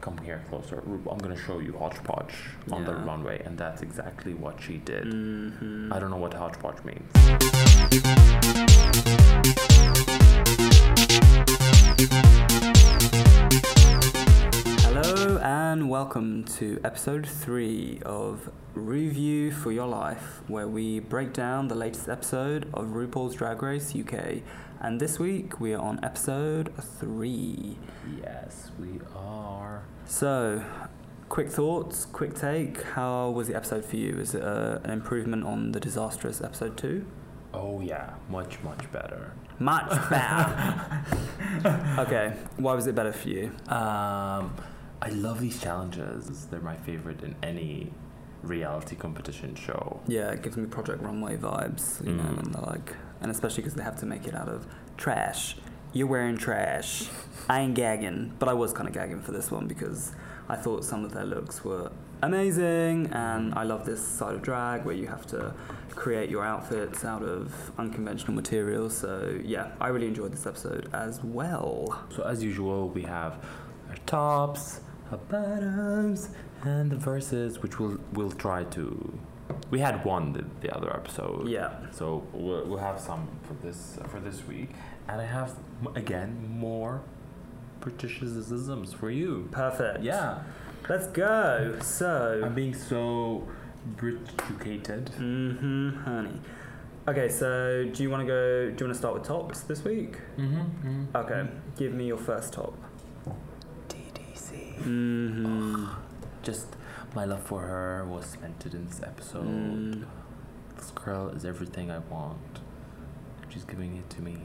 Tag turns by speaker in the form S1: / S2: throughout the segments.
S1: come here closer. Ru- I'm gonna show you hodgepodge on the
S2: Yeah. Mm-hmm.
S1: runway, and that's exactly what she did. I don't know what hodgepodge means.
S2: Hello and welcome to episode three of Review for Your Life, where we break down the latest episode of RuPaul's Drag Race UK. And this week we are on episode three.
S1: Yes, we are.
S2: So, quick thoughts, quick take. How was the episode for you? Is it uh, an improvement on the disastrous episode two?
S1: Oh yeah, much much better.
S2: Much better. okay, why was it better for you?
S1: Um, I love these challenges. They're my favorite in any reality competition show.
S2: Yeah, it gives me Project Runway vibes, you know,
S1: Mm.
S2: and they're like, and especially because they have to make it out of trash. You're wearing trash. I ain't gagging, but I was kind of gagging for this one because I thought some of their looks were amazing, and I love this side of drag where you have to create your outfits out of unconventional materials. So yeah, I really enjoyed this episode as well.
S1: So as usual, we have our tops, our bottoms, and the verses, which we'll we'll try to. We had one the, the other episode.
S2: Yeah,
S1: So we'll, we'll have some for this for this week, and I have m- again more Britishisms for you.
S2: perfect.
S1: Yeah,
S2: let's go. So
S1: I'm being so Briticated.
S2: Mm-hmm, honey. Okay, so do you want to go? Do you want to start with tops this week?
S1: Mm-hmm.
S2: Okay, give me your first top.
S1: TDC.
S2: Mm-hmm.
S1: Just my love for her was cemented in this episode.
S2: Mm.
S1: This girl is everything I want. She's giving it to me.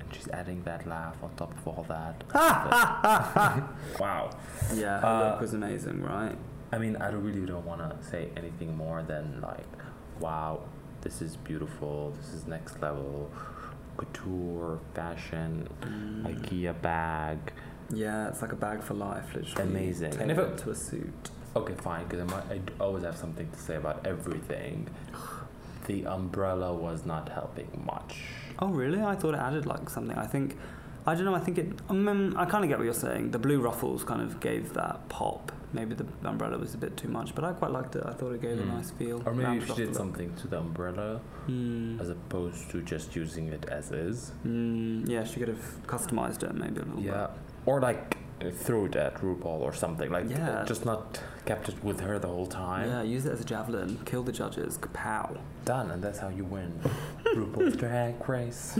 S1: And she's adding that laugh on top of all that. wow.
S2: Mm. Yeah, her
S1: Uh,
S2: look was amazing, right?
S1: I mean, I don't really don't want to say anything more than like, wow, this is beautiful. This is next level. Couture, fashion,
S2: Mm.
S1: IKEA bag.
S2: Yeah, it's like a bag for life, literally.
S1: Amazing. And
S2: Tailored
S1: if it-
S2: to a suit.
S1: Okay, fine, because I, might- I d- always have something to say about everything. The umbrella was not helping much.
S2: Oh, really? I thought it added like something. I think, I don't know. I think it. Um, I kind of get what you're saying. The blue ruffles kind of gave that pop. Maybe the umbrella was a bit too much, but I quite liked it. I thought it gave a
S1: Mm.
S2: nice feel.
S1: Or maybe
S2: rounded
S1: she
S2: off the
S1: did
S2: look.
S1: something to the umbrella
S2: Mm.
S1: as opposed to just using it as is.
S2: Mm, yeah, she could have customized it maybe a little
S1: Yeah. Or like uh, threw it at RuPaul or something. Like
S2: Yeah.
S1: just not kept it with her the whole
S2: bit.
S1: time.
S2: Yeah, use it as a javelin. Kill the judges. Kapow.
S1: Done, and that's how you win. RuPaul's drag race.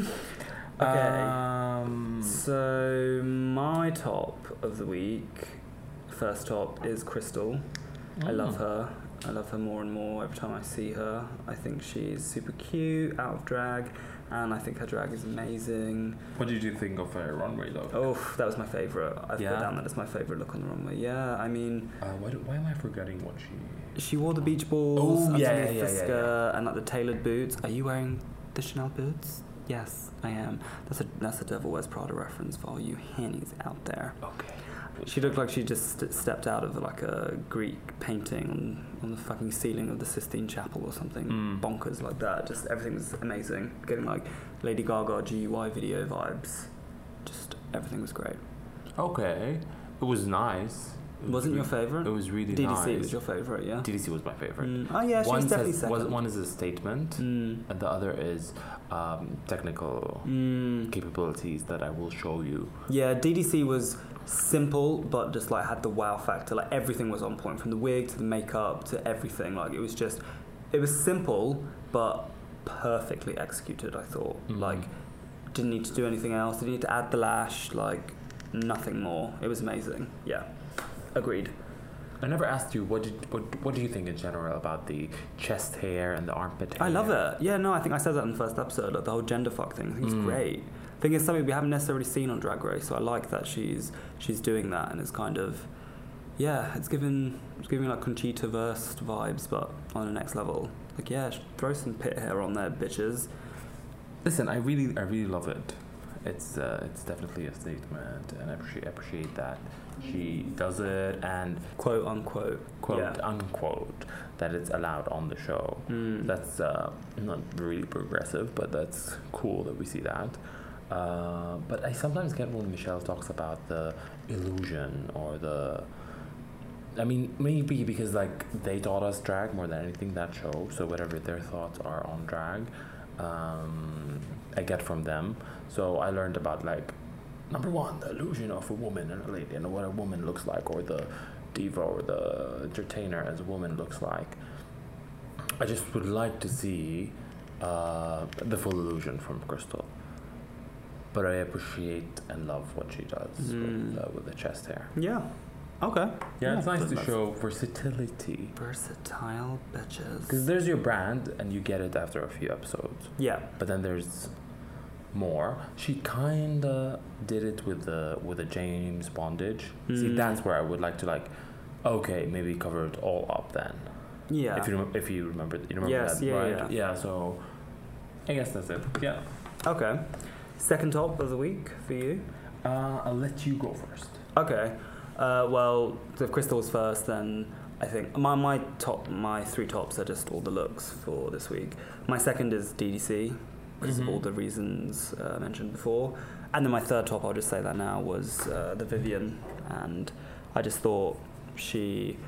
S2: Okay.
S1: Um,
S2: So my top of the week, first top is Crystal. I love
S1: mm.
S2: her. I love her more and more every time I see her. I think she's super cute, out of drag, and I think her drag is amazing.
S1: What did you think of her runway though?
S2: Oh, that was my favourite. I've
S1: Yeah?
S2: put down that as my favourite look on the runway. Yeah, I mean,
S1: Uh, why, do, why am I forgetting what she
S2: she wore the beach balls
S1: Oh,
S2: underneath
S1: yeah,
S2: the
S1: yeah, yeah, yeah.
S2: skirt and like the tailored boots. Are you wearing the Chanel boots? Yes, I am. That's a that's a Devil Wears Prada reference for all you hennies out there.
S1: Okay.
S2: She looked like she just st- stepped out of like a Greek painting on, on the fucking ceiling of the Sistine Chapel or something.
S1: Mm.
S2: Bonkers like that. Just everything was amazing. Getting like Lady Gaga GUI video vibes. Just everything was great.
S1: Okay. It was nice. It was
S2: Wasn't your
S1: really- Mm. It
S2: favorite?
S1: was really
S2: DDC
S1: nice.
S2: was your favorite, yeah.
S1: DDC was my favorite.
S2: Mm. Oh yeah, she was
S1: one,
S2: definitely
S1: says,
S2: second.
S1: was- one is a statement,
S2: Mm.
S1: and the other is um, technical
S2: Mm.
S1: capabilities that I will show you.
S2: Yeah, DDC was simple, but just like had the wow factor. Like everything was on point, from the wig to the makeup to everything. Like it was just, it was simple but perfectly executed. I thought
S1: Mhm.
S2: like didn't need to do anything else. Didn't need to add the lash. Like nothing more. It was amazing. Yeah, agreed.
S1: I never asked you what did, what what do you think in general about the chest hair and the armpit hair.
S2: I love it. Yeah, no, I think I said that in the first episode, like the whole gender fuck thing. I think it's
S1: Mm.
S2: great. I think it's something we haven't necessarily seen on Drag Race, so I like that she's she's doing that, and it's kind of yeah, it's giving it's giving like Conchita verse vibes, but on the next level. Like yeah, sh- throw some pit hair on there, bitches.
S1: Listen, I really I really love it. It's uh, it's definitely a statement, and I appreciate appreciate that she does it and
S2: Quote unquote.
S1: quote
S2: Yeah.
S1: unquote that it's allowed on the show.
S2: Mm.
S1: That's uh, not really progressive, but that's cool that we see that. Uh, but I sometimes get when Michelle talks about the illusion or the. I mean, maybe because like they taught us drag more than anything that show. So whatever their thoughts are on drag, um, I get from them. So I learned about like number one, the illusion of a woman and a lady, and what a woman looks like, or the diva or the entertainer as a woman looks like. I just would like to see uh, the full illusion from Crystal. But I appreciate and love what she does
S2: Mm.
S1: with, uh, with the chest hair.
S2: Yeah. Okay.
S1: Yeah, it's nice to
S2: that's-
S1: show versatility.
S2: Versatile bitches.
S1: Because there's your brand, and you get it after a few episodes.
S2: Yeah.
S1: But then there's more. She kinda did it with the with the James Bondage. See,
S2: Mm.
S1: that's where I would like to like. Okay, maybe cover it all up then.
S2: Yeah.
S1: If you remem- if you remember, you remember
S2: Yes,
S1: that,
S2: yeah,
S1: right? Yeah. So, I guess that's it. Yeah.
S2: Okay. Second top of the week for you.
S1: Uh, I'll let you go first.
S2: Okay. Uh, well, the crystals first, then I think my my top my three tops are just all the looks for this week. My second is DDC, because
S1: Mhm.
S2: of all the reasons uh, mentioned before, and then my third top I'll just say that now was uh, the Vivian, and I just thought she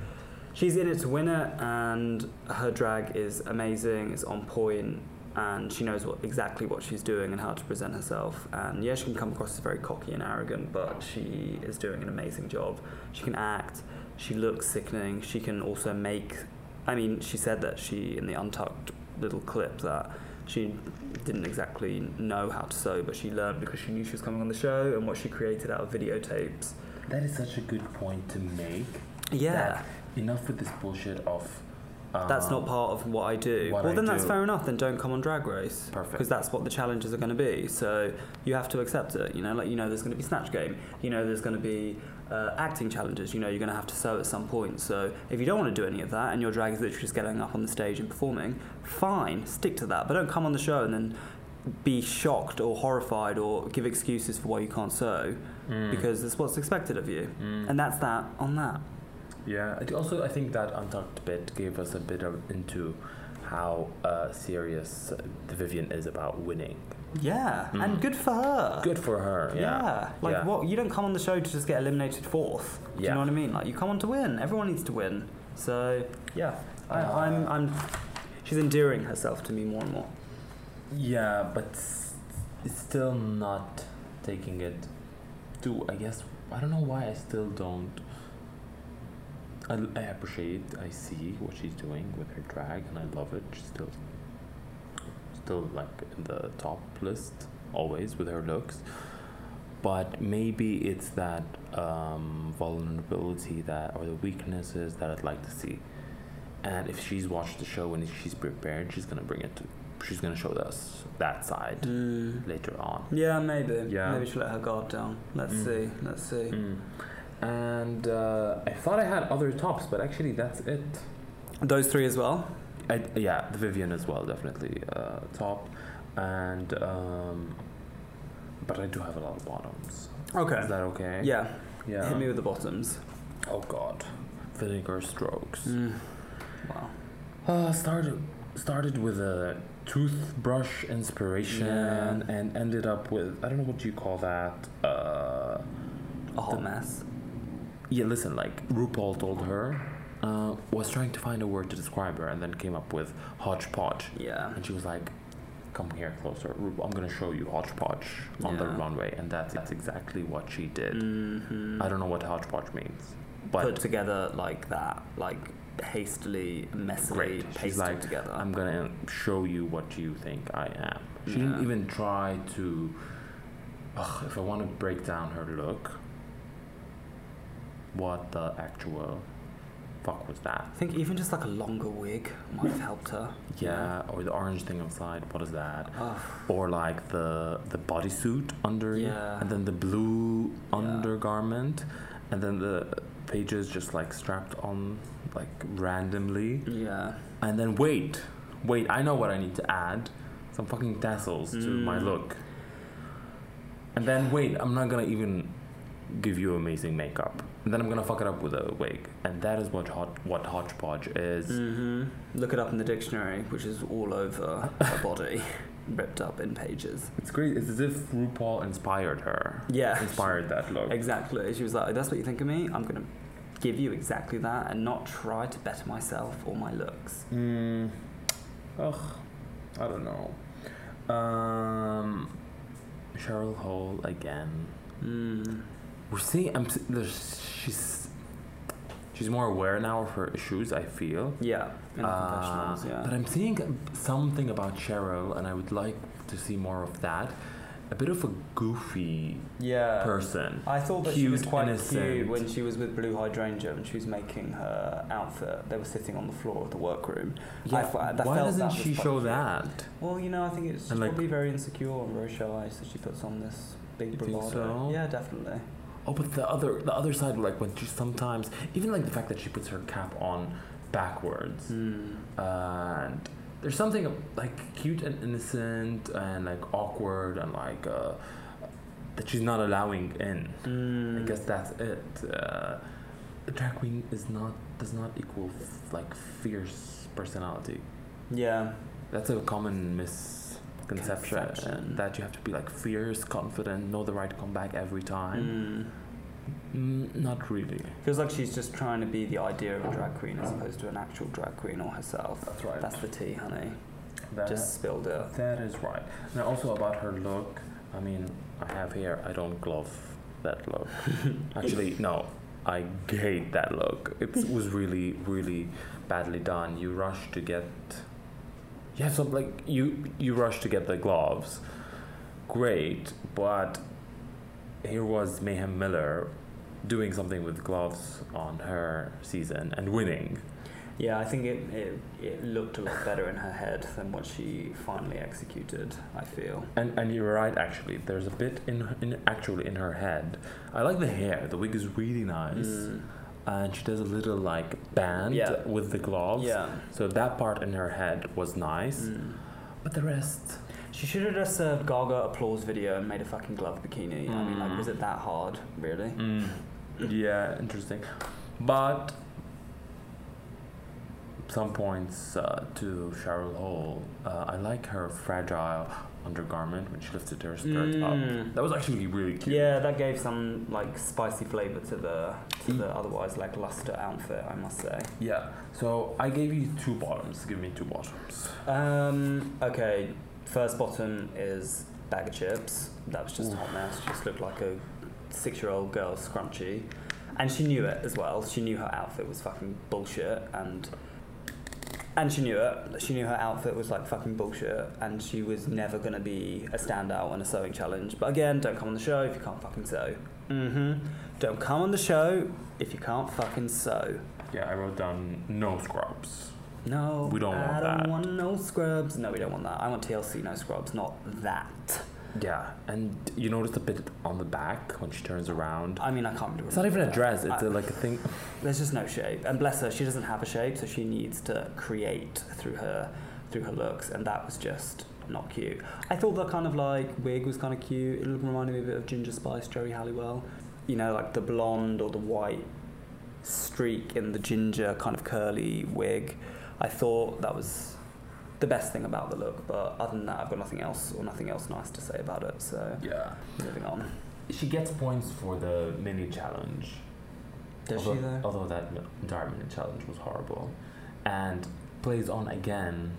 S2: she's in it to win it, and her drag is amazing, it's on point, and she knows what exactly what she's doing and how to present herself. And yeah, she can come across as very cocky and arrogant, but she is doing an amazing job. She can act. She looks sickening. She can also make. I mean, she said that she in the untucked little clip that she didn't exactly know how to sew, but she learned because she knew she was coming on the show and what she created out of videotapes.
S1: That is such a good point to make.
S2: Yeah.
S1: That- Enough with this bullshit of. Um,
S2: that's not part of what I do.
S1: what
S2: well,
S1: I
S2: then that's
S1: do.
S2: fair enough. Then don't come on Drag Race.
S1: Perfect.
S2: Because that's what the challenges are going to be. So you have to accept it. You know, like, you know, there's going to be Snatch Game. You know, there's going to be uh, acting challenges. You know, you're going to have to sew at some point. So if you don't want to do any of that and your drag is literally just getting up on the stage and performing, fine, stick to that. But don't come on the show and then be shocked or horrified or give excuses for why you can't sew
S1: Mm.
S2: because it's what's expected of you.
S1: Mm.
S2: And that's that on that.
S1: Yeah. I do- Also, I think that untucked bit gave us a bit of into how uh, serious the Vivian is about winning.
S2: Yeah. And
S1: Mm.
S2: good for her.
S1: Good for her.
S2: Yeah.
S1: Yeah.
S2: Like,
S1: Yeah.
S2: what? You don't come on the show to just get eliminated fourth. Do
S1: Yeah.
S2: you know what I mean? Like, you come on to win. Everyone needs to win. So, yeah. I,
S1: Oh.
S2: I'm, I'm. She's endearing herself to me more and more.
S1: Yeah, but s- it's still not taking it to. I guess I don't know why I still don't. I, I appreciate, I see what she's doing with her drag, and I love it. She's still, still like in the top list always with her looks. But maybe it's that um, vulnerability that, or the weaknesses that I'd like to see. And if she's watched the show and if she's prepared, she's gonna bring it to she's gonna show us that side later on.
S2: Yeah, maybe.
S1: Mm. Yeah.
S2: Maybe she'll let her guard down. Let's
S1: Mm.
S2: see. Let's see.
S1: And uh, I thought I had other tops, but actually that's it.
S2: Those three as well.
S1: I, yeah, the Vivian as well, definitely uh, top, and um, but I do have a lot of bottoms.
S2: Okay.
S1: Is that okay?
S2: Yeah.
S1: Yeah.
S2: Hit me with the bottoms.
S1: oh God, vinegar strokes.
S2: Wow.
S1: Uh, started started with a toothbrush inspiration
S2: Yeah.
S1: and ended up with I don't know what you call that. Uh,
S2: A hot
S1: The-
S2: mess.
S1: yeah, listen, like RuPaul told her, uh, was trying to find a word to describe her, and then came up with hodgepodge,
S2: Yeah.
S1: and she was like, "Come here closer, RuPaul, I'm gonna show you hodgepodge on the
S2: Yeah.
S1: runway," and that's that's exactly what she did.
S2: Mm-hmm.
S1: I don't know what hodgepodge means,
S2: Put
S1: but
S2: together like that, like hastily, messily,
S1: Great. She's
S2: pasted
S1: like,
S2: together.
S1: I'm gonna show you what you think I am. She didn't
S2: Yeah.
S1: even try to. Ugh, if I want to break down her look, what the actual fuck was that?
S2: I think even just like a longer wig might have helped her.
S1: Yeah, or the orange thing outside. What is that?
S2: Oh,
S1: Or like the the bodysuit under, it,
S2: Yeah.
S1: and then the blue
S2: Yeah.
S1: undergarment, and then the pages just like strapped on like randomly.
S2: yeah.
S1: And then wait, wait, I know what I need to add. Some fucking tassels to my
S2: Mm.
S1: look. And then wait, I'm not gonna even give you amazing makeup. And then I'm gonna fuck it up with a wig. And that is what hot, what hodgepodge is.
S2: Mm. Mm-hmm. Look it up in the dictionary, which is all over her body. ripped up in pages.
S1: It's great. It's as if RuPaul inspired her.
S2: Yeah.
S1: Inspired that look.
S2: Exactly. She was like, that's what you think of me? I'm going to give you exactly that and not try to better myself or my looks.
S1: Mm, ugh, I don't know. Um, Cheryl Hole again.
S2: Mm.
S1: We're seeing. I'm. s- There's, she's. She's more aware now of her issues. I feel.
S2: Yeah. In the
S1: Uh,
S2: confessionals, yeah.
S1: But I'm seeing something about Cheryl, and I would like to see more of that. A bit of a goofy
S2: yeah.
S1: person.
S2: I thought that she
S1: Cute,
S2: was quite
S1: innocent.
S2: cute when she was with Blue Hydrangea and she was making her outfit. They were sitting on the floor of the workroom. I f- I
S1: why
S2: felt
S1: doesn't
S2: that
S1: she
S2: was
S1: show
S2: quite cute.
S1: that?
S2: Well, you know, I think it's she's
S1: And, like-
S2: probably very insecure and very shy, so she puts on this big
S1: You think
S2: bravado.
S1: so?
S2: Yeah, definitely.
S1: Oh, but the other the other side, like when she sometimes, even like the fact that she puts her cap on backwards,
S2: Hmm.
S1: and there's something like cute and innocent and like awkward and like uh, that she's not allowing in.
S2: Mm.
S1: I guess that's it. Uh, a drag queen is not does not equal f- like fierce personality.
S2: Yeah.
S1: That's a common misconception
S2: Conception.
S1: that you have to be like fierce, confident, know the right comeback every time.
S2: Mm.
S1: Mm, not really.
S2: Feels like she's just trying to be the idea of a drag queen as opposed to an actual drag queen or herself.
S1: That's right.
S2: That's the tea, honey.
S1: That-
S2: Just spilled it.
S1: that is right. Now also about her look. I mean, I have here. I don't love that look. Actually, no. I hate that look. It was really, really badly done. You rush to get. You have some like you you rush to get the gloves. Great, but here was Mayhem Miller doing something with gloves on her season and winning.
S2: Yeah, I think it, it it looked a lot better in her head than what she finally executed. I feel.
S1: And and you're right actually. There's a bit in in actually in her head. I like the hair. The wig is really nice.
S2: Mm.
S1: And she does a little like band
S2: Yeah.
S1: with the gloves.
S2: Yeah.
S1: So that part in her head was nice.
S2: Mm.
S1: But the rest
S2: She should have just served Gaga applause video and made a fucking glove bikini. I mean, like,
S1: Mm.
S2: was it that hard, really?
S1: Yeah, interesting. But some points uh, to Cheryl Hole. Uh, I like her fragile undergarment when she lifted her skirt
S2: Mm.
S1: up. That was actually really cute.
S2: Yeah, that gave some like spicy flavour to the to the otherwise lackluster outfit, I must say.
S1: Yeah. So I gave you two bottoms. Give me two bottoms.
S2: Um, okay, first bottom is bag of chips. That was just a hot mess. She just looked like a six-year-old girl scrunchy, and she knew it as well. She knew her outfit was fucking bullshit, and and she knew it. She knew her outfit was like fucking bullshit, and she was never gonna be a standout in a sewing challenge. But again, don't come on the show if you can't fucking sew. Mm-hmm. Don't come on the show if you can't fucking sew.
S1: Yeah, I wrote down no scrubs.
S2: No,
S1: We don't
S2: I
S1: want
S2: don't
S1: that.
S2: want no scrubs. No, we don't want that. I want TLC no scrubs, not that.
S1: Yeah, and you notice the bit on the back when she turns around.
S2: I mean, I can't.
S1: It's not even a dress. It's
S2: I-
S1: a, like a thing.
S2: There's just no shape, and bless her, she doesn't have a shape, so she needs to create through her through her looks, and that was just not cute. I thought that kind of like wig was kind of cute. It reminded me a bit of Ginger Spice, Joey Halliwell. You know, like the blonde or the white streak in the ginger kind of curly wig. I thought that was the best thing about the look, but other than that, I've got nothing else or nothing else nice to say about it. So
S1: Yeah.
S2: moving on.
S1: She gets points for the mini challenge.
S2: Does
S1: although,
S2: she though?
S1: Although that mi- entire mini challenge was horrible, and plays on again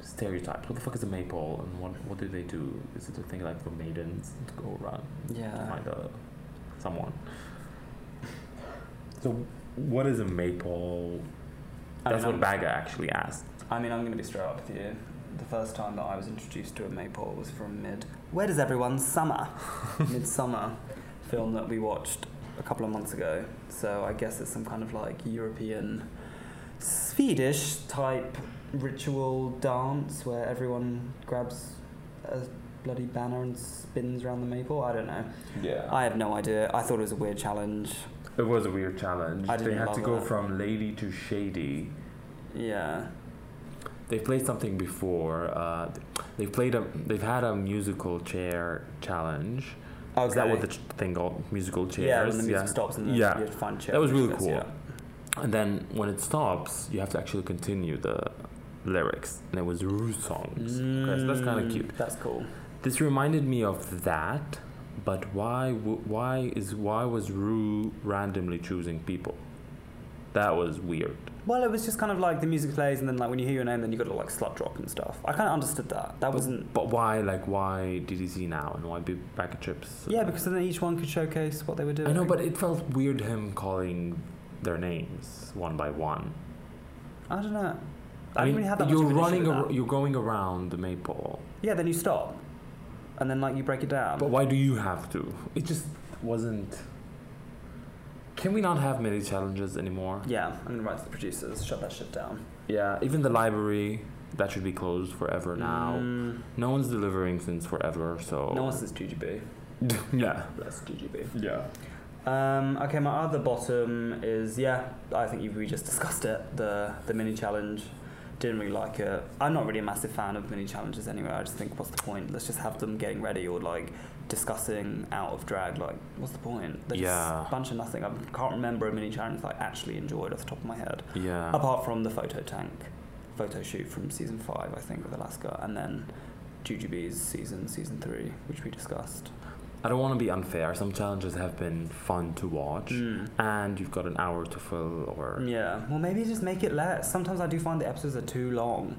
S1: stereotypes. What the fuck is a maypole, and what what do they do? Is it a thing like the maidens that go around to
S2: Yeah.
S1: find a someone? So what is a maypole?
S2: I
S1: That's
S2: mean,
S1: what Baga actually asked.
S2: I mean, I'm going to be straight up with you. The first time that I was introduced to a maypole was from Mid. Where does everyone summer? Midsummer film that we watched a couple of months ago. So I guess it's some kind of like European, Swedish type ritual dance where everyone grabs a bloody banner and spins around the maple. I don't know.
S1: Yeah.
S2: I have no idea. I thought it was a weird challenge.
S1: It was a weird challenge.
S2: I
S1: They
S2: didn't
S1: had to
S2: love
S1: go
S2: that.
S1: from lady to shady.
S2: Yeah.
S1: They played something before. Uh, they played a. They've had a musical chair challenge.
S2: Okay.
S1: Is that what the ch- thing called musical chairs?
S2: yeah, when the music stops and then
S1: Yeah.
S2: you have to find chairs.
S1: That was really
S2: Yes,
S1: cool.
S2: yeah.
S1: And then when it stops, you have to actually continue the lyrics, and it was Rue songs. Okay, so that's kind of cute.
S2: Mm, That's cool.
S1: This reminded me of that, but why? w- Why is why was Rue randomly choosing people? That was weird.
S2: Well, it was just kind of like the music plays, and then like when you hear your name, then you got to like slut drop and stuff. I kind of understood that. That wasn't.
S1: But why? Like why DDC now and why big packet chips?
S2: Yeah, because then each one could showcase what they were doing.
S1: I know, but it felt weird him calling their names one by one.
S2: I don't know. I, didn't really have that.
S1: you're
S2: much of an issue
S1: running,
S2: with
S1: ar-
S2: that.
S1: you're going around the maypole.
S2: Yeah, then you stop, and then like you break it down.
S1: But why do you have to? It just wasn't. Can we not have many challenges anymore?
S2: yeah, I'm gonna write to the producers. Shut that shit down.
S1: Yeah, even the library that should be closed forever now. Oh.
S2: Mm,
S1: No one's delivering since forever, so
S2: no one says GGB.
S1: yeah,
S2: That's GGB.
S1: yeah.
S2: Um, okay, my other bottom is yeah. I think you we just discussed it. The the mini challenge. Didn't really like it. I'm not really a massive fan of mini challenges anyway. I just think, what's the point? Let's just have them getting ready or like discussing out of drag. Like, what's the point? They're
S1: Yeah.
S2: just a bunch of nothing. I can't remember a mini challenge that I actually enjoyed off the top of my head.
S1: Yeah.
S2: Apart from the photo tank photo shoot from season five, I think, with Alaska, and then Jujubes season, season three, which we discussed.
S1: I don't want to be unfair. Some challenges have been fun to watch,
S2: Mm. Hmm.
S1: and you've got an hour to fill, or
S2: Yeah. Well, maybe just make it less. Sometimes I do find the episodes are too long.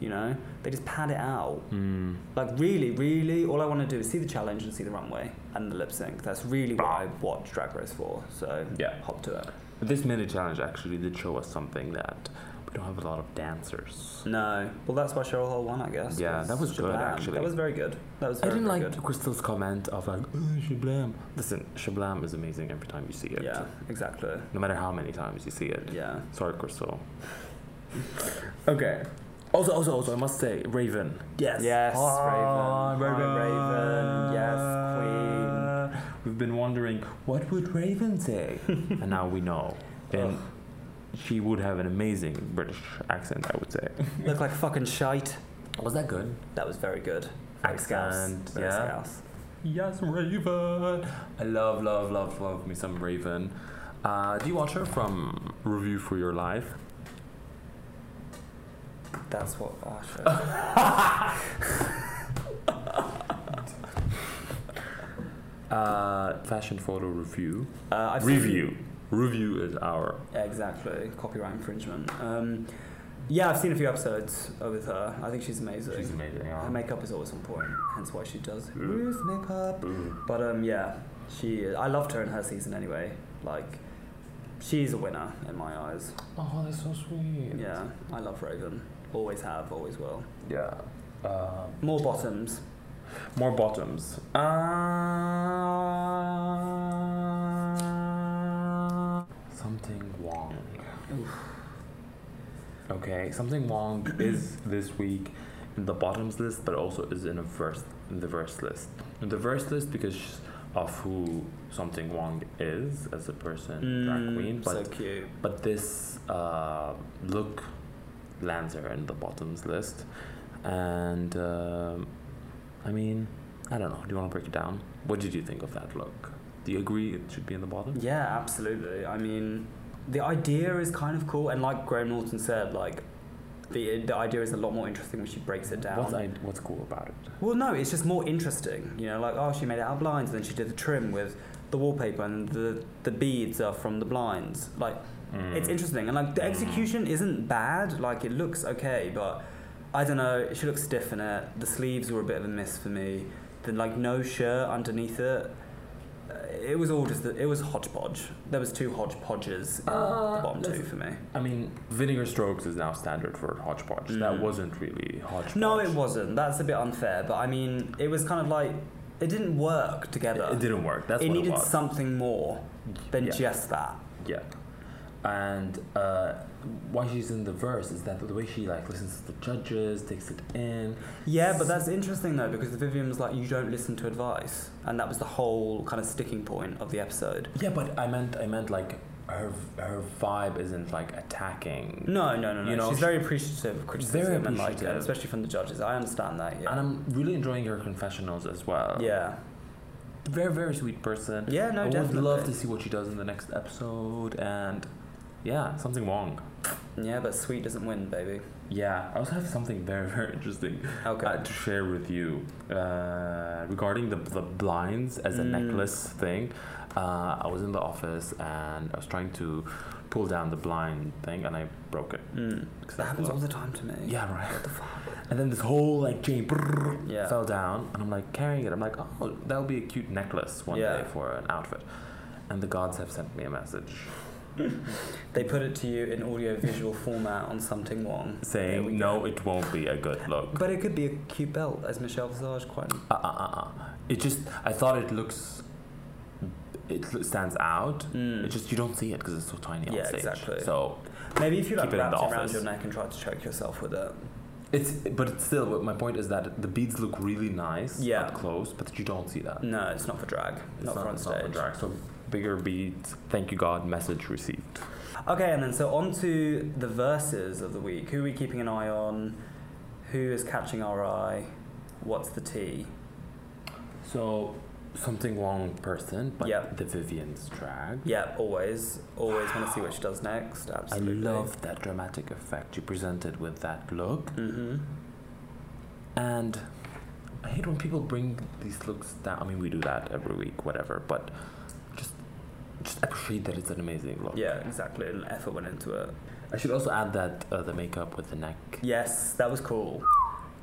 S2: You know, they just pad it out.
S1: Mm.
S2: Like really, really, all I want to do is see the challenge and see the runway and the lip sync. That's really what I watch Drag Race for. So
S1: Yeah.
S2: hop to it.
S1: But this mini challenge actually did show us something that we don't have a lot of dancers.
S2: No. Well, that's why Cheryl Hall won, I guess.
S1: Yeah,
S2: 'cause
S1: that was good,
S2: Shabam.
S1: actually.
S2: That was very good. That was
S1: I
S2: very,
S1: didn't
S2: very
S1: like
S2: good.
S1: Crystal's comment of like "Ugh, Shablam. Listen, Shablam is amazing every time you see it.
S2: Yeah, exactly.
S1: No matter how many times you see it.
S2: Yeah.
S1: Sorry, Crystal. okay. Also, also, also, I must say, Raven.
S2: Yes. Yes.
S1: Ah,
S2: Raven. Hi, Raven. Yes, Queen.
S1: We've been wondering what would Raven say, and now we know. And she would have an amazing British accent, I would say.
S2: Look like fucking shite.
S1: Was that good?
S2: That was very good. Very scouse.
S1: Accent,
S2: Very
S1: yeah.
S2: scouse.
S1: Yes, Raven. I love, love, love, love me some Raven. Uh, do you watch her from Review for Your Life?
S2: That's what oh, Uh, I should.
S1: Uh, fashion photo review.
S2: Uh, I've seen-
S1: Review. Review is our.
S2: exactly. Copyright infringement. Um, yeah, I've seen a few episodes uh, with her. I think she's amazing.
S1: She's amazing.
S2: her
S1: Yeah.
S2: makeup is always on point, hence why she does
S1: Mm.
S2: Ruth makeup.
S1: Mm.
S2: But um, yeah, she. I loved her in her season anyway. Like, she's a winner in my eyes.
S1: Oh, that's so sweet.
S2: Yeah, I love Raven. Always have, always will.
S1: Yeah. Um,
S2: More bottoms.
S1: More bottoms. Uh, something Wong. Okay, something Wong is this week in the bottoms list, but also is in a verse in the verse list. In the verse list because of who something Wong is as a person, drag queen.
S2: Mm,
S1: But
S2: so cute.
S1: but this uh, look lands her in the bottoms list. And um, I mean, I don't know. Do you want to break it down? What did you think of that look? Do you agree it should be in the bottom?
S2: Yeah, absolutely. I mean, the idea is kind of cool, and like Graham Norton said, like the the idea is a lot more interesting when she breaks it down.
S1: What's, I, what's cool about it?
S2: well, no, it's just more interesting. You know, like oh, she made it out of blinds, and then she did the trim with the wallpaper, and the the beads are from the blinds. Like it's
S1: Mm.
S2: interesting, and like the execution isn't bad. Like it looks okay, but I don't know. She looks stiff in it. The sleeves were a bit of a miss for me. The like no shirt underneath it. Uh, It was all just the, it was hodgepodge. There was two hodgepodges in
S1: Uh,
S2: the bottom two
S1: let's-
S2: for me.
S1: I mean, Vinegar Strokes is now standard for hodgepodge. That
S2: Mm.
S1: wasn't really hodgepodge.
S2: No, it wasn't. That's a bit unfair, but I mean, it was kind of like it didn't work together.
S1: It didn't work. That's
S2: It
S1: what it
S2: needed
S1: was.
S2: something more than
S1: Yeah.
S2: just that.
S1: Yeah. And uh, why she's in the verse is that the way she like listens to the judges, takes it in.
S2: Yeah, but that's interesting though because Vivian was like, "You don't listen to advice," and that was the whole kind of sticking point of the episode.
S1: Yeah, but I meant I meant like her her vibe isn't like attacking.
S2: No, no, no, no.
S1: You know,
S2: she's
S1: she-
S2: very appreciative of criticism
S1: Very
S2: and like,
S1: appreciative.
S2: uh, especially from the judges. I understand that. Yeah.
S1: And I'm really enjoying her confessionals as well.
S2: yeah.
S1: Very very sweet person.
S2: Yeah. No.
S1: I would
S2: definitely.
S1: love to see what she does in the next episode and Yeah, something wrong.
S2: Yeah, but sweet doesn't win, baby.
S1: Yeah, I also have something very, very interesting
S2: Okay.
S1: uh, to share with you uh, regarding the, the blinds as a
S2: Mm.
S1: necklace thing. Uh, I was in the office and I was trying to pull down the blind thing and I broke it.
S2: Mm. That happens all the time to me.
S1: Yeah, right.
S2: What the fuck?
S1: And then this whole like chain brrrr,
S2: Yeah.
S1: fell down, and I'm like carrying it. I'm like, oh, that'll be a cute necklace one
S2: Yeah.
S1: day for an outfit. And the gods have sent me a message
S2: They put it to you in audio visual format on something wrong. There we
S1: saying, no,
S2: go.
S1: it won't be a good look.
S2: But it could be a cute belt, as Michelle Visage quite.
S1: Uh, uh, uh, uh. It just, I thought it looks, it lo- stands out.
S2: Mm.
S1: It just you don't see it because it's so tiny
S2: Yeah,
S1: on stage.
S2: exactly.
S1: So
S2: Maybe if you like
S1: Keep it in
S2: wrapped
S1: the
S2: it around
S1: office.
S2: your neck and tried to choke yourself with it.
S1: it's, but it's still. But my point is that the beads look really nice
S2: Yeah.
S1: up close, but you don't see that.
S2: No, it's not for drag.
S1: It's
S2: not, for on
S1: it's
S2: stage.
S1: for drag. So bigger beads. Thank you, God. Message received.
S2: Okay, and then so on to the verses of the week. Who are we keeping an eye on? Who is catching our eye? What's the tea?
S1: So something wrong person, but
S2: Yep.
S1: the Vivian's drag.
S2: Yeah, always, always want to see what she does next.
S1: I
S2: Absolutely.
S1: love that dramatic effect you presented with that look.
S2: hmm
S1: And I hate when people bring these looks down. I mean, we do that every week, whatever. But just, just appreciate that it's an amazing look.
S2: Yeah, exactly. And effort went into it.
S1: I should also add that uh, the makeup with the neck.
S2: Yes, that was cool.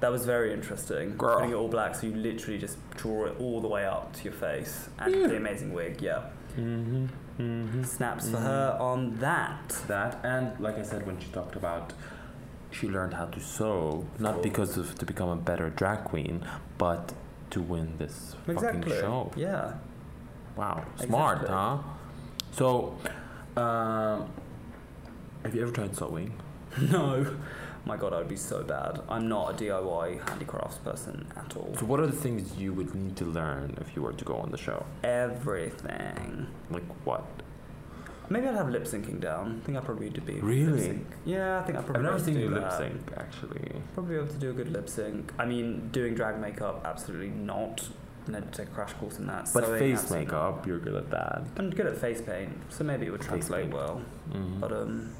S2: That was very interesting.
S1: Girl.
S2: Putting it all black, so you literally just draw it all the way up to your face, and
S1: Yeah.
S2: the amazing wig. Yeah,
S1: Mm-hmm. Mm-hmm.
S2: snaps for her on that.
S1: That and like I said, when she talked about, she learned how to sew not because of to become a better drag queen, but to win this
S2: Exactly.
S1: fucking show.
S2: Yeah.
S1: Wow, smart,
S2: Exactly.
S1: huh? So, um, have you ever tried sewing?
S2: No. My god, I would be so bad. I'm not a DIY handicrafts person at all.
S1: So, what are the things you would need to learn if you were to go on the show?
S2: Everything.
S1: Like what?
S2: Maybe I'd have lip syncing down. I think I probably would be
S1: Really?
S2: lip sync. Yeah, I think uh, I probably.
S1: I've never
S2: would
S1: seen
S2: do
S1: you lip
S2: that.
S1: sync actually.
S2: Probably able to do a good lip sync. I mean, doing drag makeup, absolutely not. I need to take a crash course in that.
S1: But
S2: Sewing,
S1: face
S2: absolutely not.
S1: makeup, you're good at that.
S2: I'm good at face paint, so maybe it would
S1: Face
S2: translate
S1: paint.
S2: well.
S1: Mhm.
S2: But um,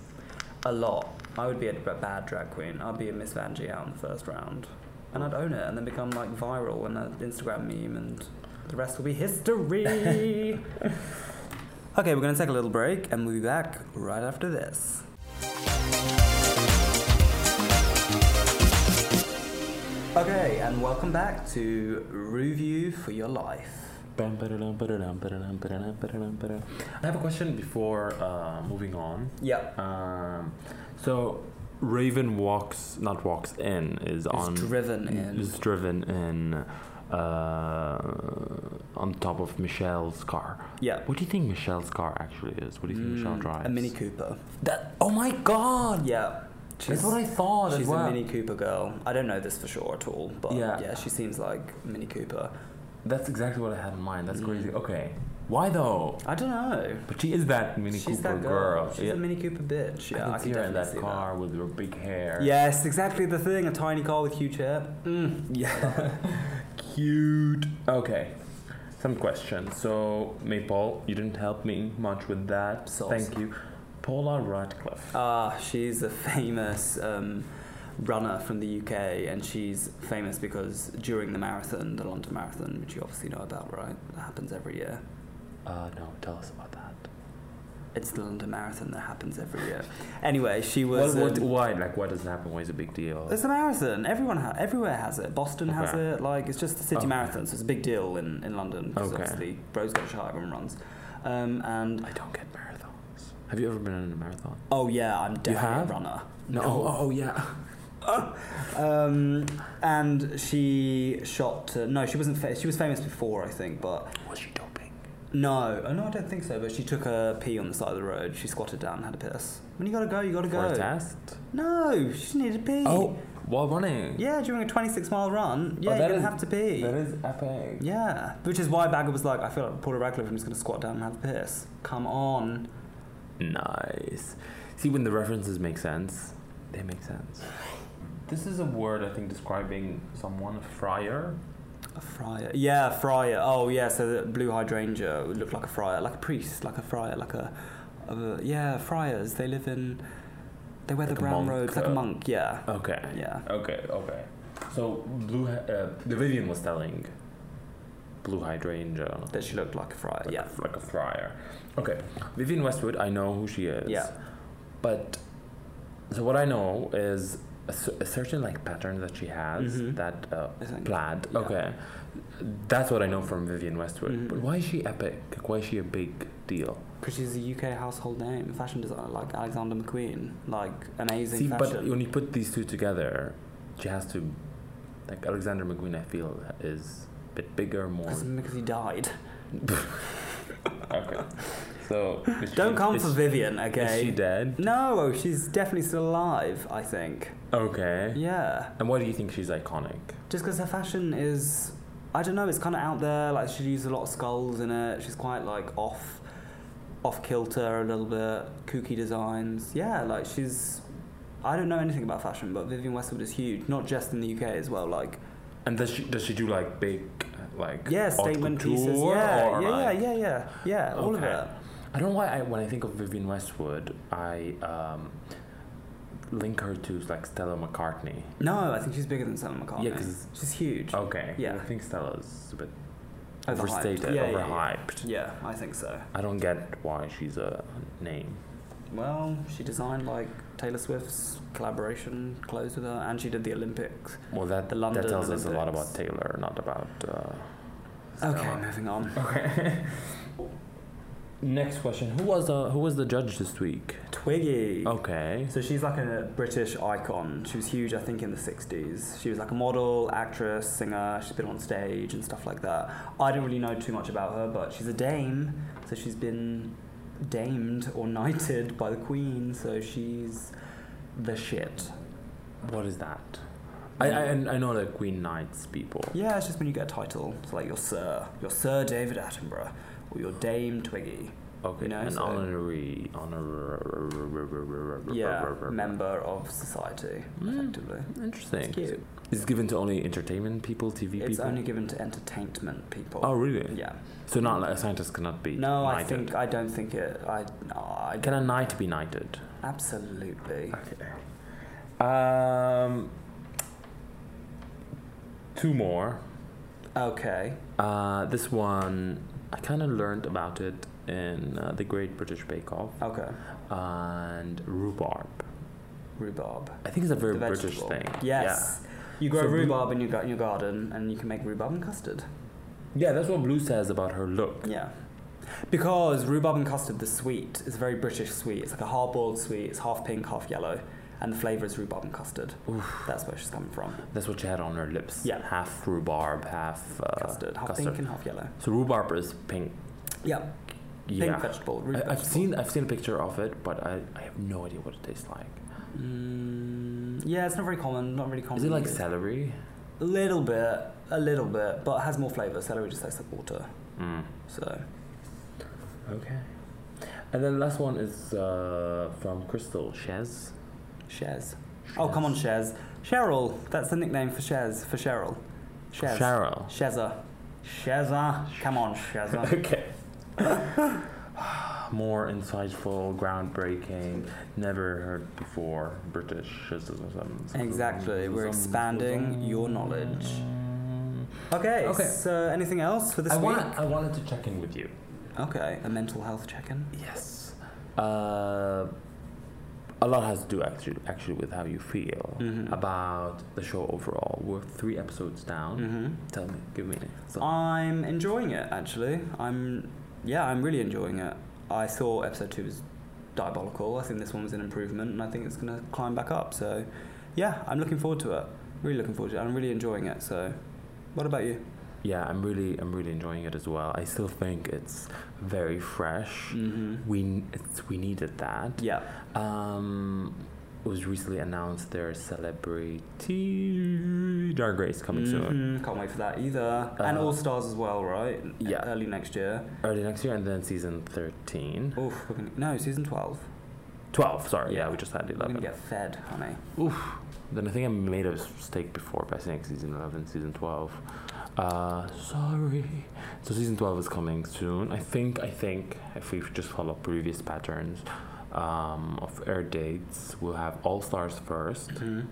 S2: a lot. I would be a b- bad drag queen. I'd be a Miss Van G out in the first round, and I'd own it, and then become like viral and an Instagram meme, and the rest will be history. okay, we're gonna take a little break, and we'll be back right after this. Okay, and welcome back to Review for Your Life.
S1: Bam, ba-da-dum, ba-da-dum, ba-da-dum, ba-da-dum, ba-da-dum, ba-da-dum. I have a question before uh, moving on.
S2: Yep.
S1: Um, so Raven walks, not walks in, is on
S2: It's driven in.
S1: is driven in uh, on top of Michelle's car.
S2: Yeah.
S1: What do you think Michelle's car actually is? What do you think Michelle
S2: Mm,
S1: drives?
S2: A Mini Cooper.
S1: That. Oh my God!
S2: Yeah.
S1: That's what I thought
S2: she's
S1: as well.
S2: a Mini Cooper girl. I don't know this for sure at all, but yeah,
S1: Yeah.
S2: she seems like Mini Cooper.
S1: That's exactly what I had in mind. That's
S2: Mm.
S1: crazy. Okay. Why though?
S2: I don't know.
S1: But she is that Mini
S2: she's
S1: Cooper
S2: that girl. She's
S1: Yeah.
S2: a Mini Cooper bitch.
S1: I
S2: Yeah, I,
S1: can see her in
S2: definitely
S1: that
S2: see
S1: car with her big hair.
S2: That. Yes, exactly the thing. A tiny car with huge hair. Mm.
S1: Yeah. Cute. Okay. Some questions. So, Maple, you didn't help me much with that.
S2: Sauce.
S1: Thank you. Paula Radcliffe.
S2: Ah, she's a famous um, runner from the UK, and she's famous because during the marathon, the London Marathon, which you obviously know about, right? That happens every year.
S1: Uh, no, tell us about that.
S2: It's the London Marathon that happens every year. Anyway, she was.
S1: what,
S2: um,
S1: why? Like, why does it happen? Why is it a big deal?
S2: It's a marathon. Everyone, ha- everywhere has it. Boston has
S1: Okay.
S2: it. Like it's just the city
S1: Okay.
S2: marathon, so it's a big deal in in London because
S1: Okay.
S2: obviously Rose got shy, everyone runs. Um, and
S1: I don't get marathons. Have you ever been in a marathon?
S2: oh yeah, I'm definitely a
S1: have?
S2: runner.
S1: Oh, oh yeah.
S2: Um, and she shot. Uh, no, she wasn't. Fa- she was famous before, I think, but
S1: Was she doping?
S2: no, oh, no, I don't think so. But she took a pee on the side of the road. She squatted down, and had a piss. When you gotta go, you gotta
S1: For a
S2: go.
S1: test?
S2: No, she needed to pee.
S1: Oh, while running.
S2: yeah, during a 26 mile run, yeah,
S1: Oh,
S2: you're
S1: that
S2: gonna
S1: is-
S2: have to pee.
S1: That is epic.
S2: Yeah, which is why Bagger was like, I feel like Porter Radcliffe, I'm just going to squat down and have a piss. Come on.
S1: Nice. See, when the references make sense, they make sense. This is a word I think describing someone, a friar.
S2: A friar. Yeah, a friar. Oh, yeah, so the blue hydrangea would look like a friar, like a priest, like a friar, like a, Uh, yeah, friars. They live in. They wear
S1: Like
S2: the
S1: a
S2: brown
S1: monk,
S2: robes like a
S1: uh,
S2: monk. Yeah.
S1: Okay.
S2: Yeah.
S1: Okay. Okay. So blue, hy- uh, the Vivian was telling blue hydrangea
S2: That she looked like a friar.
S1: like,
S2: yeah.
S1: a, like a friar. Okay, Vivian Westwood, I know who she is.
S2: Yeah.
S1: But so what I know is a, cer- a certain like pattern that she has
S2: Mhm.
S1: that uh,
S2: I think.
S1: plaid.
S2: Yeah.
S1: Okay, that's what I know from Vivian Westwood.
S2: Mhm.
S1: But why is she epic? Like, why is she a big deal?
S2: Because she's a UK household name, fashion designer like Alexander McQueen, like amazing
S1: See, but
S2: fashion.
S1: when you put these two together, she has to like Alexander McQueen. I feel is a bit bigger, more.
S2: 'Cause- because he died.
S1: okay, so is she-
S2: Don't come
S1: is
S2: for
S1: she-
S2: Vivian,
S1: Is she
S2: okay?
S1: dead?
S2: No, she's definitely still alive. I think.
S1: Okay.
S2: Yeah,
S1: And why do you think she's iconic?
S2: just because her fashion is, I don't know, it's kind of out there. Like she uses a lot of skulls in it. She's quite like off, off kilter a little bit, kooky designs. Yeah, like she's. I don't know anything about fashion, but Vivian Westwood is huge, not just in the UK as well. Like
S1: And does she does she do like big like
S2: yeah,
S1: haute
S2: statement
S1: couture
S2: pieces. Yeah,
S1: or,
S2: yeah,
S1: like-
S2: yeah, yeah, yeah, yeah, all of
S1: Okay.
S2: it.
S1: I don't know why I, when I think of Vivian Westwood, I um, link her to like Stella McCartney.
S2: No, I think she's bigger than Stella McCartney.
S1: Yeah, 'cause-
S2: she's huge.
S1: Okay.
S2: Yeah.
S1: I think Stella's a bit
S2: Overhyped.
S1: overstated,
S2: Yeah, yeah, yeah.
S1: overhyped.
S2: Yeah, I think so.
S1: I don't get why she's a name.
S2: Well, she designed like Taylor Swift's collaboration clothes with her, and she did the Olympics.
S1: Well, that
S2: The London
S1: that tells us a lot
S2: Olympics.
S1: about Taylor, not about. Uh,
S2: Okay,
S1: Stella.
S2: moving on.
S1: Okay. Next question: Who was uh, who was the judge this week?
S2: Twiggy.
S1: Oh. Okay.
S2: So she's like a British icon. She was huge, I think, in the 60s. She was like a model, actress, singer. She's been on stage and stuff like that. I don't really know too much about her, but she's a dame. So she's been damed or knighted by the queen. So she's the shit.
S1: What is that? I, I I know the Queen Knights people.
S2: Yeah, it's just when you get a title. So like your Sir, your Sir David Attenborough, or your Dame Twiggy.
S1: Okay,
S2: You know,
S1: an
S2: so-
S1: honorary honor.
S2: Yeah, member of society,
S1: Mm.
S2: effectively.
S1: Interesting.
S2: It's cute.
S1: It's given to only entertainment people, TV
S2: It's
S1: people.
S2: only given to entertainment people.
S1: oh, really?
S2: Yeah.
S1: So not like a scientist cannot be.
S2: No, I
S1: knighted.
S2: think I don't think it. I no, I
S1: Can a knight be knighted?
S2: absolutely.
S1: Okay. Um. Two more.
S2: Okay.
S1: Uh, this one I kind of learned about it in uh, the Great British Bake Off
S2: Okay.
S1: and rhubarb.
S2: Rhubarb.
S1: I think it's a very
S2: The
S1: British
S2: vegetable.
S1: thing.
S2: Yes. You grow
S1: So rhu-
S2: rhubarb in your gar- in your garden, and you can make rhubarb and custard.
S1: Yeah, that's what Blue says about her look.
S2: Yeah. Because rhubarb and custard, the sweet, is a very British sweet. It's like a hard-boiled sweet. It's half pink, half yellow, and the flavour is rhubarb and custard. That's where she's coming from.
S1: That's what she had on her lips.
S2: Yeah.
S1: Half rhubarb, half uh,
S2: Custard, half pink and half yellow.
S1: So rhubarb is pink.
S2: Yeah, pink
S1: yeah.
S2: vegetable. Rhubarb
S1: I, I've seen I've seen a picture of it, but I, I have no idea what it tastes like.
S2: Mm, yeah, it's not very common. Not really common.
S1: Is it like
S2: used.
S1: celery?
S2: A little bit, a little bit, but it has more flavour. Celery just tastes like water.
S1: Mm.
S2: So
S1: Okay. And then last one is uh, from Crystal Shez.
S2: Shez. Oh come on, Shez. Cheryl. That's the nickname for Shez. For Cheryl. Shez.
S1: Cheryl.
S2: Shezza. Shezza. Come on, Shezza.
S1: Okay. More insightful, groundbreaking, never heard before Britishisms.
S2: Exactly. We're expanding your knowledge. Okay.
S1: Okay.
S2: So anything else for this
S1: I
S2: week?
S1: want. I wanted to check in with you.
S2: Okay. A mental health check-in.
S1: Yes. Uh, a lot has to do actually, actually with how you feel
S2: Mhm.
S1: about the show overall. We're three episodes down.
S2: Mm-hmm.
S1: Tell me, give me. So,
S2: I'm enjoying it actually. I'm yeah, I'm really enjoying it. I thought episode two was diabolical. I think this one was an improvement, and I think it's gonna climb back up. So yeah, I'm looking forward to it. Really looking forward to it. I'm really enjoying it. So what about you?
S1: yeah, I'm really, I'm really enjoying it as well. I still think it's very fresh.
S2: Mm-hmm.
S1: We, it's, we needed that.
S2: Yeah.
S1: Um, it was recently announced their celebrity Drag Race coming soon,
S2: Mhm. Can't wait for that either. and
S1: Uh,
S2: All Stars as well, right?
S1: Yeah.
S2: Early next year.
S1: early next year, and then season 13.
S2: Oof. We're gonna, no, season twelve.
S1: 12, sorry, yeah,
S2: Yeah.
S1: we just had
S2: We're gonna
S1: 11.
S2: get fed, honey.
S1: Then I think I made a mistake before by saying season 11, season 12. Uh, sorry. So season twelve is coming soon. I think. I think if we just follow previous patterns um, of air dates, we'll have All Stars first.
S2: Mhm.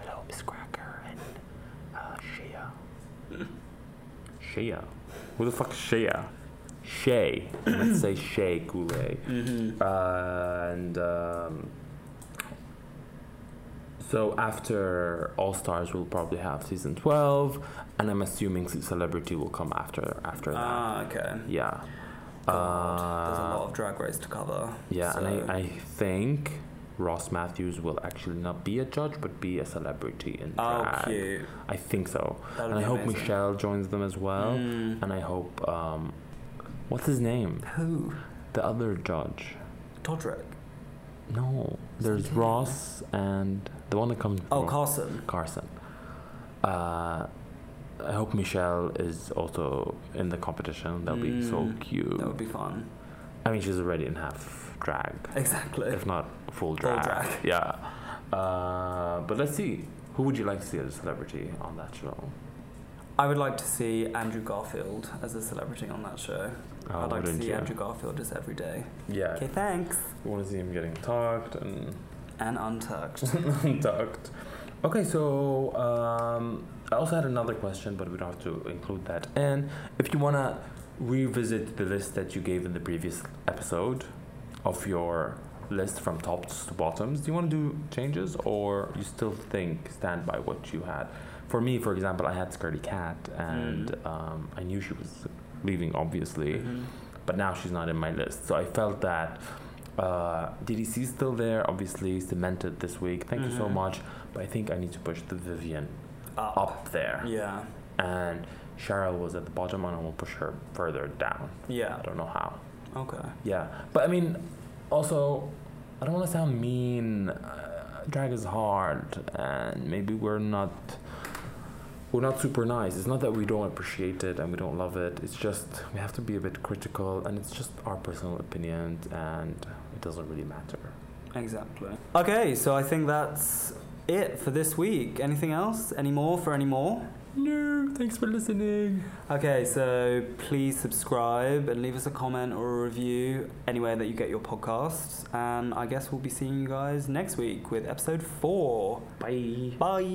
S1: Hello, Miss Cracker and uh, Shea. Shea. Who the fuck is Shea? Shay. Let's say Shay Goulet.
S2: Mm-hmm.
S1: Uh, and um, so after All Stars, we'll probably have season twelve, and I'm assuming C- Celebrity will come after after that.
S2: Ah, okay.
S1: Yeah.
S2: God, There's a
S1: Uh,
S2: lot of drag race to cover.
S1: yeah, and
S2: so-
S1: I, I think Ross Matthews will actually not be a judge, but be a celebrity in
S2: Oh,
S1: drag.
S2: cute.
S1: I think so.
S2: That'll
S1: and I
S2: be
S1: hope
S2: amazing.
S1: Michelle joins them as well.
S2: Mm.
S1: And I hope, um, what's his name?
S2: Who?
S1: The other judge.
S2: Todrick.
S1: No, there's
S2: Something.
S1: Ross and the one that comes.
S2: Oh,
S1: from-
S2: Carson.
S1: Carson. Uh, I hope Michelle is also in the competition. That'll be so
S2: Mm,
S1: cute.
S2: That would be fun.
S1: I mean, she's already in half drag,
S2: Exactly.
S1: if not full drag.
S2: drag.
S1: Yeah. Uh, but let's see. Who would you like to see as a celebrity on that show?
S2: I would like to see Andrew Garfield as a celebrity on that show.
S1: Oh,
S2: I'd like to
S1: wouldn't
S2: see
S1: you?
S2: Andrew Garfield just every day.
S1: Yeah.
S2: Okay, thanks.
S1: You want to see him getting tucked and
S2: And untucked.
S1: tucked. Okay, so um, I also had another question, but we don't have to include that. And if you want to revisit the list that you gave in the previous episode of your list from tops to bottoms, do you want to do changes or you still think stand by what you had? For me, for example, I had Skirty Cat and um, I knew she was leaving, obviously
S2: Mhm.
S1: but now she's not in my list. So I felt that uh, DDC is still there, obviously cemented this week. Thank you so
S2: Mhm.
S1: much, but I think I need to push the Vivian
S2: Up.
S1: up there,
S2: Yeah.
S1: and Cheryl was at the bottom, and I will push her further down. I
S2: Yeah.
S1: don't know how.
S2: Okay.
S1: Yeah, but I mean, also, I don't want to sound mean. Uh, drag is hard, and maybe we're not. We're not super nice. It's not that we don't appreciate it and we don't love it. It's just we have to be a bit critical, and it's just our personal opinions, and it doesn't really matter.
S2: Exactly. Okay, so I think that's it for this week. Anything else? Any more for any more?
S1: No, thanks for listening.
S2: Okay, so please subscribe and leave us a comment or a review anywhere that you get your podcasts. And I guess we'll be seeing you guys next week with episode four.
S1: Bye.
S2: Bye.